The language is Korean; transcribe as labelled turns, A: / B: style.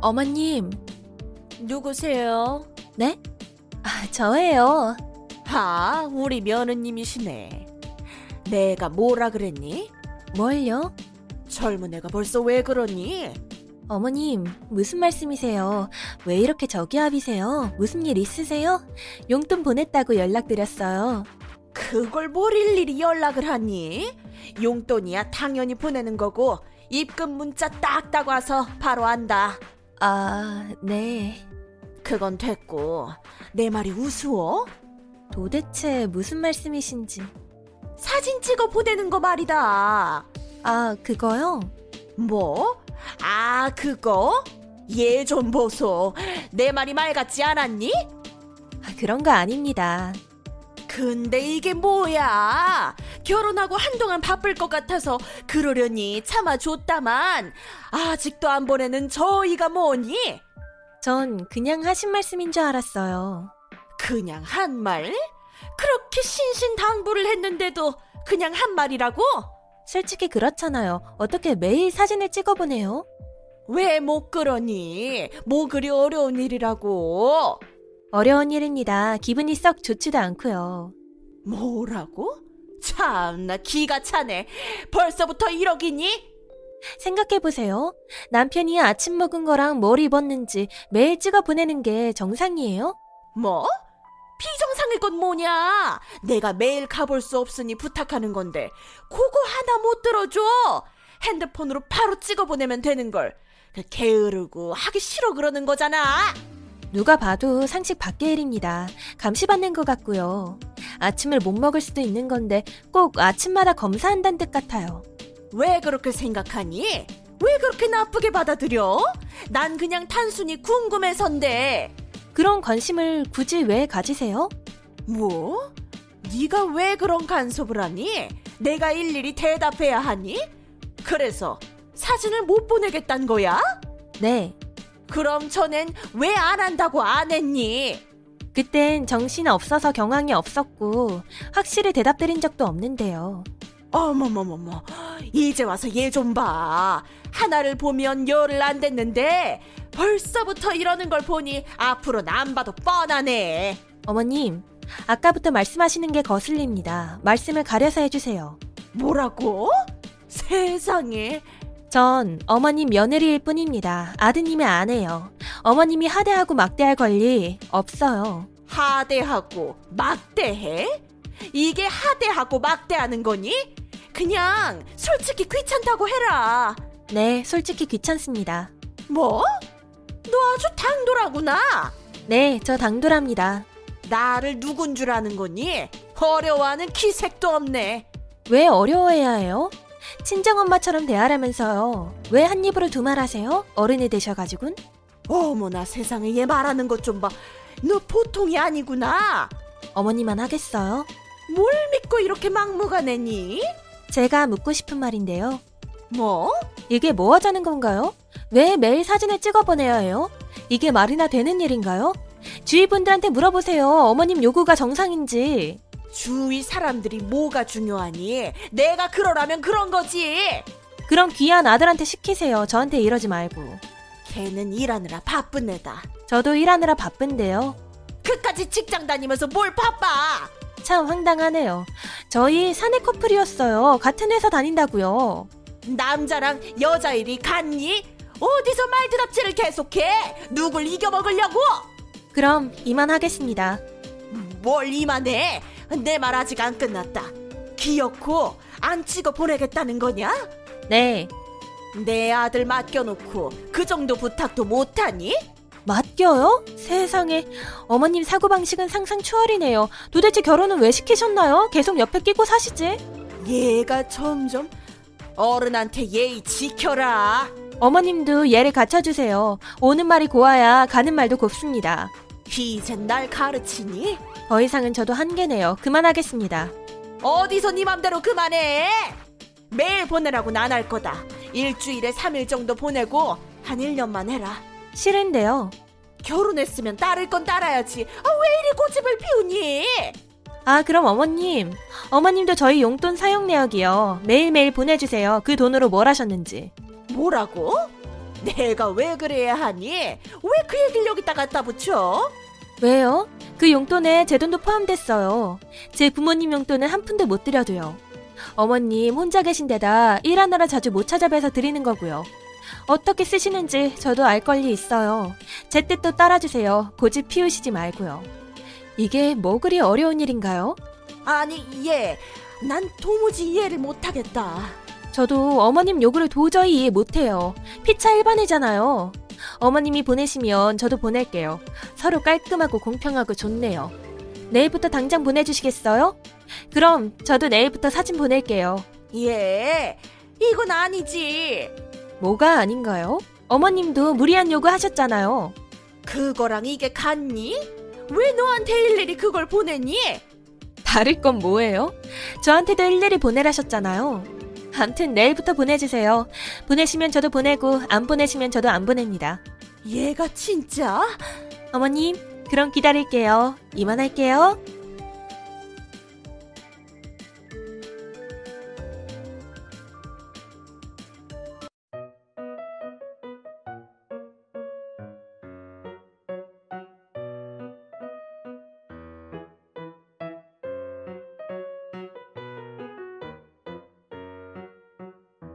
A: 어머님,
B: 누구세요?
A: 네? 아, 저예요.
B: 아, 우리 며느님이시네. 내가 뭐라 그랬니?
A: 뭘요?
B: 젊은 애가 벌써 왜 그러니?
A: 어머님, 무슨 말씀이세요? 왜 이렇게 저기압이세요? 무슨 일 있으세요? 용돈 보냈다고 연락드렸어요.
B: 그걸 뭘 일일이 연락을 하니? 용돈이야 당연히 보내는 거고 입금 문자 딱 따고 와서 바로 안다.
A: 아, 네.
B: 그건 됐고 내 말이 우스워?
A: 도대체 무슨 말씀이신지.
B: 사진 찍어 보내는 거 말이다.
A: 아, 그거요?
B: 뭐? 아 그거? 얘 좀 보소. 내 말이 말 같지 않았니?
A: 아, 그런 거 아닙니다.
B: 근데 이게 뭐야? 결혼하고 한동안 바쁠 것 같아서 그러려니 참아줬다만 아직도 안 보내는 저희가 뭐니?
A: 전 그냥 하신 말씀인 줄 알았어요.
B: 그냥 한 말? 그렇게 신신당부를 했는데도 그냥 한 말이라고?
A: 솔직히 그렇잖아요. 어떻게 매일 사진을 찍어보내요?
B: 왜 못 그러니? 뭐 그리 어려운 일이라고?
A: 어려운 일입니다. 기분이 썩 좋지도 않고요.
B: 뭐라고? 참나 기가 차네. 벌써부터 1억이니?
A: 생각해보세요. 남편이 아침 먹은 거랑 뭘 입었는지 매일 찍어 보내는 게 정상이에요?
B: 뭐? 비정상일 건 뭐냐? 내가 매일 가볼 수 없으니 부탁하는 건데, 그거 하나 못 들어줘! 핸드폰으로 바로 찍어 보내면 되는 걸. 그 게으르고 하기 싫어 그러는 거잖아!
A: 누가 봐도 상식 밖의 일입니다. 감시받는 것 같고요. 아침을 못 먹을 수도 있는 건데 꼭 아침마다 검사한다는 듯 같아요.
B: 왜 그렇게 생각하니? 왜 그렇게 나쁘게 받아들여? 난 그냥 단순히 궁금해서인데.
A: 그런 관심을 굳이 왜 가지세요?
B: 뭐? 네가 왜 그런 간섭을 하니? 내가 일일이 대답해야 하니? 그래서 사진을 못 보내겠단 거야?
A: 네.
B: 그럼 전엔 왜 안 한다고 안 했니?
A: 그땐 정신 없어서 경황이 없었고 확실히 대답드린 적도 없는데요.
B: 어머머머머, 이제 와서 얘 좀 봐. 하나를 보면 열을 안 됐는데 벌써부터 이러는 걸 보니 앞으로는 안 봐도 뻔하네.
A: 어머님, 아까부터 말씀하시는 게 거슬립니다. 말씀을 가려서 해주세요.
B: 뭐라고? 세상에,
A: 전 어머님 며느리일 뿐입니다. 아드님의 아내요. 어머님이 하대하고 막대할 권리 없어요.
B: 하대하고 막대해? 이게 하대하고 막대하는 거니? 그냥 솔직히 귀찮다고 해라.
A: 네, 솔직히 귀찮습니다.
B: 뭐? 너 아주 당돌하구나.
A: 네, 저 당돌합니다.
B: 나를 누군 줄 아는 거니? 어려워하는 기색도 없네.
A: 왜 어려워해야 해요? 친정엄마처럼 대하라면서요. 왜 한 입으로 두 말 하세요? 어른이 되셔가지군.
B: 어머나 세상에 얘 말하는 것 좀 봐. 너 보통이 아니구나.
A: 어머니만 하겠어요?
B: 뭘 믿고 이렇게 막무가내니?
A: 제가 묻고 싶은 말인데요.
B: 뭐?
A: 이게 뭐 하자는 건가요? 왜 매일 사진을 찍어 보내야 해요? 이게 말이나 되는 일인가요? 주위 분들한테 물어보세요. 어머님 요구가 정상인지.
B: 주위 사람들이 뭐가 중요하니? 내가 그러라면 그런 거지.
A: 그럼 귀한 아들한테 시키세요. 저한테 이러지 말고.
B: 걔는 일하느라 바쁜 애다.
A: 저도 일하느라 바쁜데요.
B: 그까지 직장 다니면서 뭘 바빠?
A: 참 황당하네요. 저희 사내 커플이었어요. 같은 회사 다닌다고요.
B: 남자랑 여자 일이 같니? 어디서 말드답지를 계속해? 누굴 이겨먹으려고?
A: 그럼 이만하겠습니다.
B: 뭘 이만해? 내 말 아직 안 끝났다. 귀엽고 안 찍어 보내겠다는 거냐?
A: 네.
B: 내 아들 맡겨놓고 그 정도 부탁도 못하니?
A: 맡겨요? 세상에. 어머님 사고방식은 상상 초월이네요. 도대체 결혼은 왜 시키셨나요? 계속 옆에 끼고 사시지?
B: 얘가 점점 어른한테 예의 지켜라.
A: 어머님도 예를 갖춰주세요. 오는 말이 고와야 가는 말도 곱습니다.
B: 이젠 날 가르치니?
A: 더 이상은 저도 한계네요. 그만하겠습니다.
B: 어디서 네 맘대로 그만해. 매일 보내라고는 안 할 거다. 일주일에 3일 정도 보내고 한 1년만 해라.
A: 싫은데요.
B: 결혼했으면 따를 건 따라야지. 아, 왜 이리 고집을 피우니?
A: 아, 그럼 어머님. 어머님도 저희 용돈 사용 내역이요. 매일매일 보내주세요. 그 돈으로 뭘 하셨는지.
B: 뭐라고? 내가 왜 그래야 하니? 왜 그 얘기를 여기다 갖다 붙여?
A: 왜요? 그 용돈에 제 돈도 포함됐어요. 제 부모님 용돈은 한 푼도 못 드려도요. 어머님 혼자 계신 데다 일하느라 자주 못 찾아뵈서 드리는 거고요. 어떻게 쓰시는지 저도 알 권리 있어요. 제 뜻도 따라주세요. 고집 피우시지 말고요. 이게 뭐 그리 어려운 일인가요?
B: 아니, 얘, 난 도무지 이해를 못하겠다.
A: 저도 어머님 요구를 도저히 이해 못해요. 피차 일반이잖아요. 어머님이 보내시면 저도 보낼게요. 서로 깔끔하고 공평하고 좋네요. 내일부터 당장 보내주시겠어요? 그럼 저도 내일부터 사진 보낼게요.
B: 얘, 예, 이건 아니지.
A: 뭐가 아닌가요? 어머님도 무리한 요구 하셨잖아요.
B: 그거랑 이게 같니? 왜 너한테 일일이 그걸 보내니?
A: 다를 건 뭐예요? 저한테도 일일이 보내라셨잖아요. 암튼 내일부터 보내주세요. 보내시면 저도 보내고 안 보내시면 저도 안 보냅니다.
B: 얘가 진짜?
A: 어머님, 그럼 기다릴게요. 이만할게요.